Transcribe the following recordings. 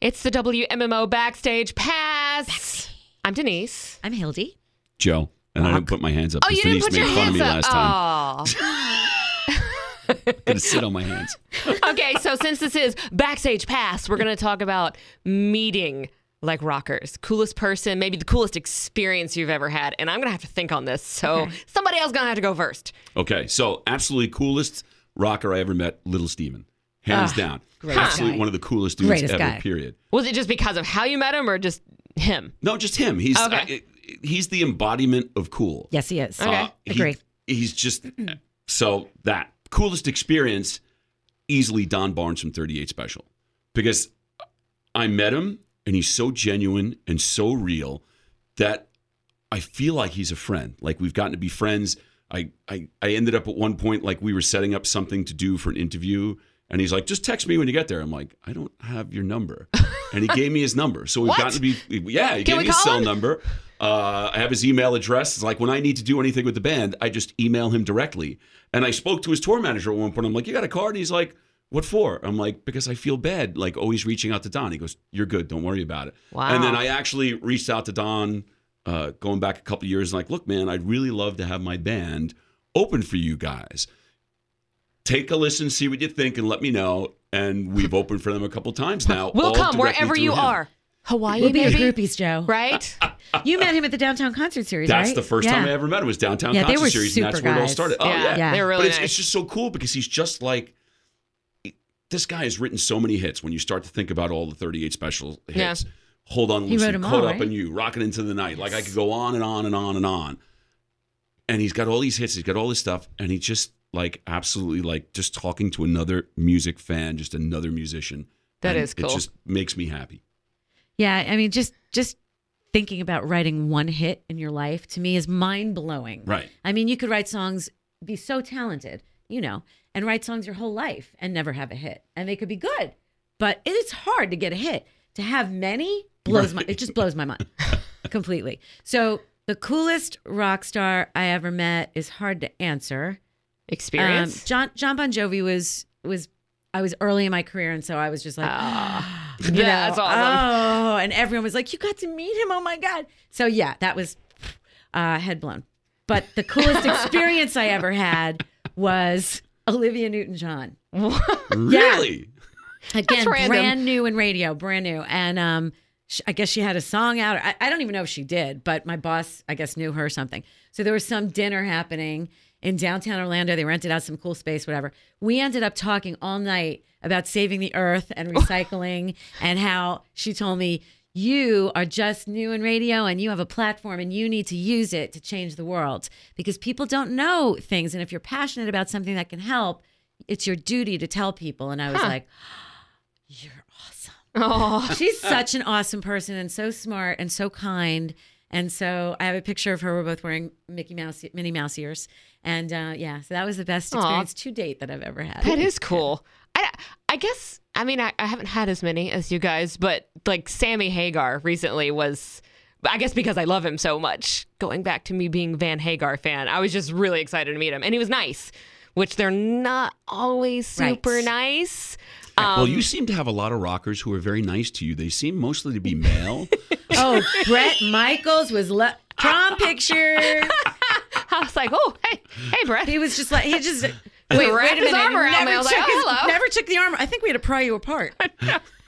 It's the WMMO Backstage Pass. I'm Denise. I'm Hildy. Joe. And I didn't put my hands up. Oh, you didn't Denise put made your fun of hands me up. last time. I'm gonna sit on my hands. Oh. okay, so since this is Backstage Pass, we're going to talk about meeting like rockers. Coolest person, maybe the coolest experience you've ever had. And I'm going to have to think on this. So somebody else going to have to go first. Okay, so absolutely coolest rocker I ever met, Little Steven. Ah, Hands down. greatest absolutely guy. one of the coolest dudes Greatest ever, guy. period. Was it just because of how you met him or just him? No, just him. He's Okay. I- he's the embodiment of cool. Yes, he is. Okay. he- Agree. he's just so that coolest experience, easily Don Barnes from 38 Special. Because I met him and he's so genuine and so real that I feel like he's a friend. Like we've gotten to be friends. I, I, I ended up at one point like we were setting up something to do for an interview. And he's like, just text me when you get there. I'm like, I don't have your number. And he gave me his number. So we've What? gotten to be, yeah, he Can gave we me his call cell him? number. Uh, I have his email address. It's like when I need to do anything with the band, I just email him directly. And I spoke to his tour manager at one point. I'm like, you got a card? And he's like, what for? I'm like, because I feel bad, like always reaching out to Don. He goes, you're good. Don't worry about it. Wow. And then I actually reached out to Don uh, going back a couple of years and like, look, man, I'd really love to have my band open for you guys. Take a listen, see what you think, and let me know. And we've opened for them a couple times now. We'll all come directly wherever through you him. are. Hawaii, We'll be your maybe? groupies, Joe. Right? You met him at the Downtown Concert Series, That's right? the first Yeah. time I ever met him was Downtown Yeah, they Concert were Series, super and that's where it all guys. started. Oh yeah, Yeah. They're but really it's, nice. it's just so cool because he's just like this guy has written so many hits. When you start to think about all the 38 special hits, Yeah. hold on, He wrote listen, them caught all, up right? on you, rocking into the night. Like I could go on and on and on and on. And he's got all these hits. He's got all this stuff, and he just like absolutely like just talking to another music fan, just another musician. That That is is cool. It just makes me happy. Yeah, I mean, just just thinking about writing one hit in your life to me is mind blowing. Right. I mean, you could write songs, be so talented, you know, and write songs your whole life and never have a hit, and they could be good, but it's hard to get a hit. To have many blows my it just blows my mind completely. So the coolest rock star I ever met is hard to answer. Um, Experience. John John Bon Jovi was was I was early in my career, and so I was just like, Ah. you know, That's awesome. Oh, and everyone was like, you got to meet him. Oh my god! So yeah, that was uh, head blown. But the coolest experience I ever had was Olivia Newton John. Really? Again, random. brand new in radio, brand new, and um. sh I guess she had a song out. I, I don't even know if she did, but my boss, I guess, knew her or something. So there was some dinner happening in downtown Orlando. They rented out some cool space, whatever. We ended up talking all night about saving the earth and recycling, and how she told me, You are just new in radio and you have a platform and you need to use it to change the world because people don't know things. And if you're passionate about something that can help, it's your duty to tell people. And I was like, You're awesome. Oh. She's such an awesome person and so smart and so kind. And so I have a picture of her. We're both wearing Mickey Mouse, Minnie Mouse ears. And uh, yeah, so that was the best Aw. experience to date that I've ever had. That is cool. I, I guess, I mean, I, I haven't had as many as you guys, but like Sammy Hagar recently was, I guess because I love him so much, going back to me being Van Hagar fan, I was just really excited to meet him. And he was nice, which they're not always Right. super nice. Um, well, you seem to have a lot of rockers who are very nice to you. They seem mostly to be male. Oh, Brett Michaels was le- prom picture. I was like, oh, hey, hey, Brett. He was just like he just He wait, wrapped wait a his minute. arm and around never me. I was like, took "Oh, his- hello." never took the arm. I think we had to pry you apart.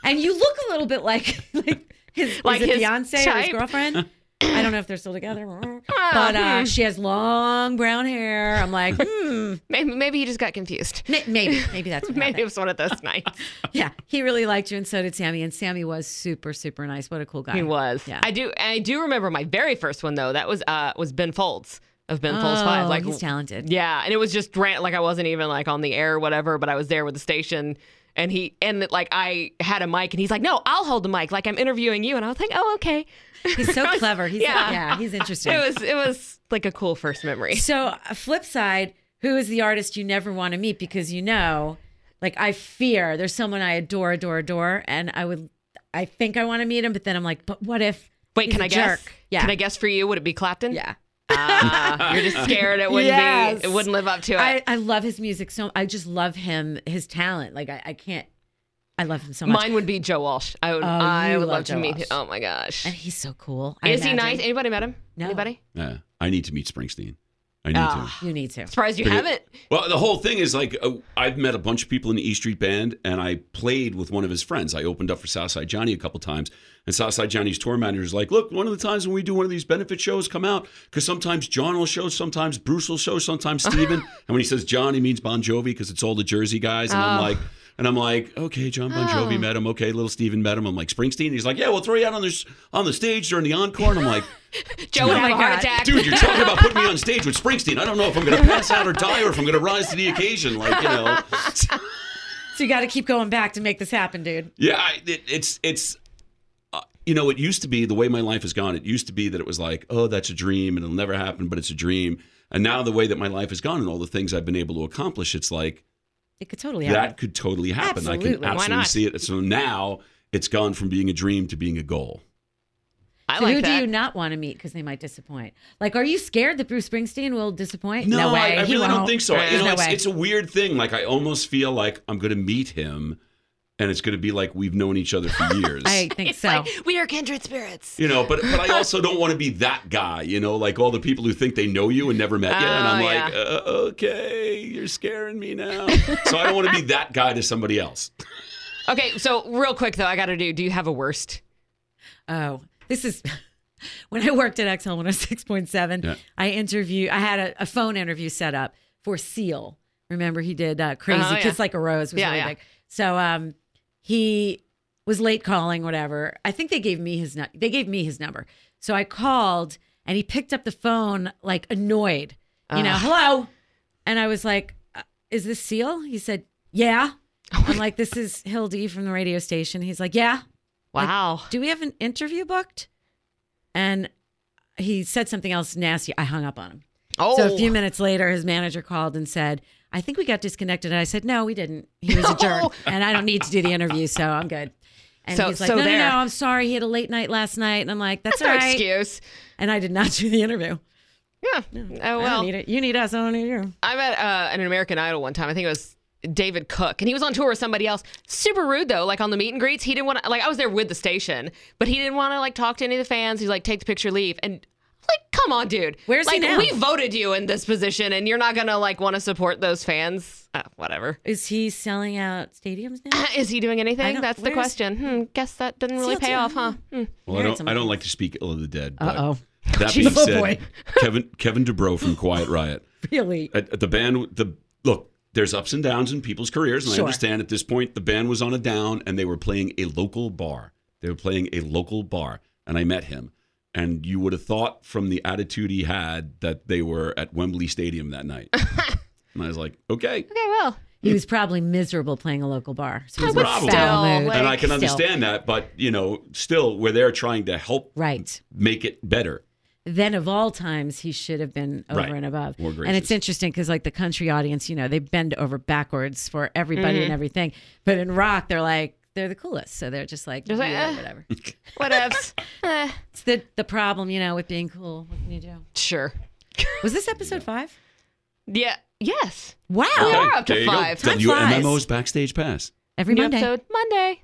and you look a little bit like like his Like like his his fiance or his type. Oh. girlfriend. I don't know if they're still together, but uh, she has long brown hair. I'm like, hmm, Maybe, maybe he just got confused. may- maybe, maybe that's what Maybe it happened. was one of those nights. Yeah, he really liked you, and so did Sammy. And Sammy was super, super nice. What a cool guy He was. Yeah. I do. I do remember my very first one though. That was uh was Ben Folds of Ben Folds Oh, Five. Like he's talented. Yeah, and it was just rant. Like I wasn't even like on the air or whatever, but I was there with the station. And he and like I had a mic, and he's like, "No, I'll hold the mic, like I'm interviewing you." And I was like, "Oh, okay." He's so clever. He's Yeah. yeah, he's interesting. It was it was like a cool first memory. So, uh, flip side, who is the artist you never want to meet because you know, like I fear there's someone I adore, adore, adore, and I would, I think I want to meet him, but then I'm like, but what if? Wait, he's can a I guess? jerk? Yeah, Can I guess for you? Would it be Clapton? yeah. Ah, you're just scared it wouldn't Yes. be. It wouldn't live up to it. I, I love his music so. I just love him, his talent. Like I, I can't. I love him so much. Mine would be Joe Walsh. I would. Oh, I you would love, love to Joe meet. Walsh. Him. Oh my gosh. and he's so cool. I Is he imagine. nice? Anybody met him? No. Anybody? Uh, I need to meet Springsteen. I need to. Ah. You need to. Surprised you But it- haven't. Well, the whole thing is like uh, I've met a bunch of people in the E Street Band, and I played with one of his friends. I opened up for Southside Johnny a couple times, and Southside Johnny's tour manager is like, "Look, one of the times when we do one of these benefit shows, come out because sometimes John will show, sometimes Bruce will show, sometimes Steven. and when he says John, he means Bon Jovi because it's all the Jersey guys. And I'm Oh. like, and I'm like, okay, John Bon Jovi Oh. met him. Okay, little Steven met him. I'm like Springsteen. He's like, yeah, we'll throw you out on this on the stage during the encore. And I'm like. Joe would Oh have my a heart God. attack. Dude, you're talking about putting me on stage with Springsteen. I don't know if I'm going to pass out or die or if I'm going to rise to the occasion. Like, you know. So you got to keep going back to make this happen, dude. Yeah, I, it, it's, it's, uh, you know, it used to be the way my life has gone. It used to be that it was like, oh, that's a dream and it'll never happen, but it's a dream. And now the way that my life has gone and all the things I've been able to accomplish, it's like, It could totally that happen. could totally happen. I Absolutely. can Why absolutely not? see it. So now it's gone from being a dream to being a goal. I So like who that. do you not want to meet because they might disappoint? Like, are you scared that Bruce Springsteen will disappoint? No, I- way. I, he really don't won't. think so. You There's know, no it's, way. it's a weird thing. Like I almost feel like I'm going to meet him, and it's going to be like we've known each other for years. I think It's so. like we are kindred spirits. you know, but but I also don't want to be that guy. You know, like all the people who think they know you and never met you, and I'm Oh, like, uh, okay, you're scaring me now. so I don't want to be that guy to somebody else. Okay, so real quick though, I got to do. Do you have a worst? Oh, this is when I worked at XL 106.7. Yeah. I interview. I had a, a phone interview set up for Seal. Remember, he did uh, Crazy Oh, yeah. Kiss Like a Rose was Yeah, really yeah. big. So um, he was late calling, whatever. I think they gave me his nu- they gave me his number. So I called, and he picked up the phone like annoyed. You know, Ugh. hello. And I was like, uh, "Is this Seal?" He said, "Yeah." Oh I'm like, "This is Hildy from the radio station." He's like, "Yeah." Wow. do we have an interview booked? And he said something else nasty. I hung up on him. oh, So a few minutes later, his manager called and said, I think we got disconnected. And I said, No, we didn't. He was a jerk. and I don't need to do the interview, so I'm good. And So- he's like, so no, no, there. no, I'm sorry. He had a late night last night. And I'm like, That's, that's no all right. excuse. And I did not do the interview. Yeah. Oh I don't well. need it. You need us. I don't need you. I met uh, an American Idol one time. I think it was David Cook, and he was on tour with somebody else. Super rude though. Like on the meet and greets, he didn't want to. Like I was there with the station, but he didn't want to like talk to any of the fans. He's like, take the picture, leave, and. Like, come on, dude. Where's he like, now? We voted you in this position, and you're not gonna like want to support those fans. Uh, whatever. Is he selling out stadiums now? Is he doing anything? don't- That's the where's- question. Hmm, guess that didn't really Seal pay too. off, huh? Hmm. You're Well, I right, don't. I someone- don't like to speak ill of the dead. but Uh oh. That being Oh, said, boy. Kevin Kevin DeBro from Quiet Riot. Really? at, at the band the look there's ups and downs in people's careers and Sure. i understand at this point the band was on a down and they were playing a local bar they were playing a local bar and i met him and you would have thought from the attitude he had that they were at wembley stadium that night and i was like okay Okay, well, He was probably miserable playing a local bar. So he was in a Probably. foul Still, mood. like- and i can Still. understand that but you know still we're there trying to help Right. make it better then of all times he should have been over Right. and above. More and it's gracious. interesting because like the country audience, you know, they bend over backwards for everybody Mm-hmm. and everything. But in rock, they're like they're the coolest, so they're just like, Just like, "Yeah, eh." whatever. whatevs. eh, it's the the problem, you know, with being cool. What can you do? sure. Was this episode five? Yeah. Yes. Wow! We are up to there you go. five. Time flies. wmmo's backstage pass Every New Monday. episode Monday.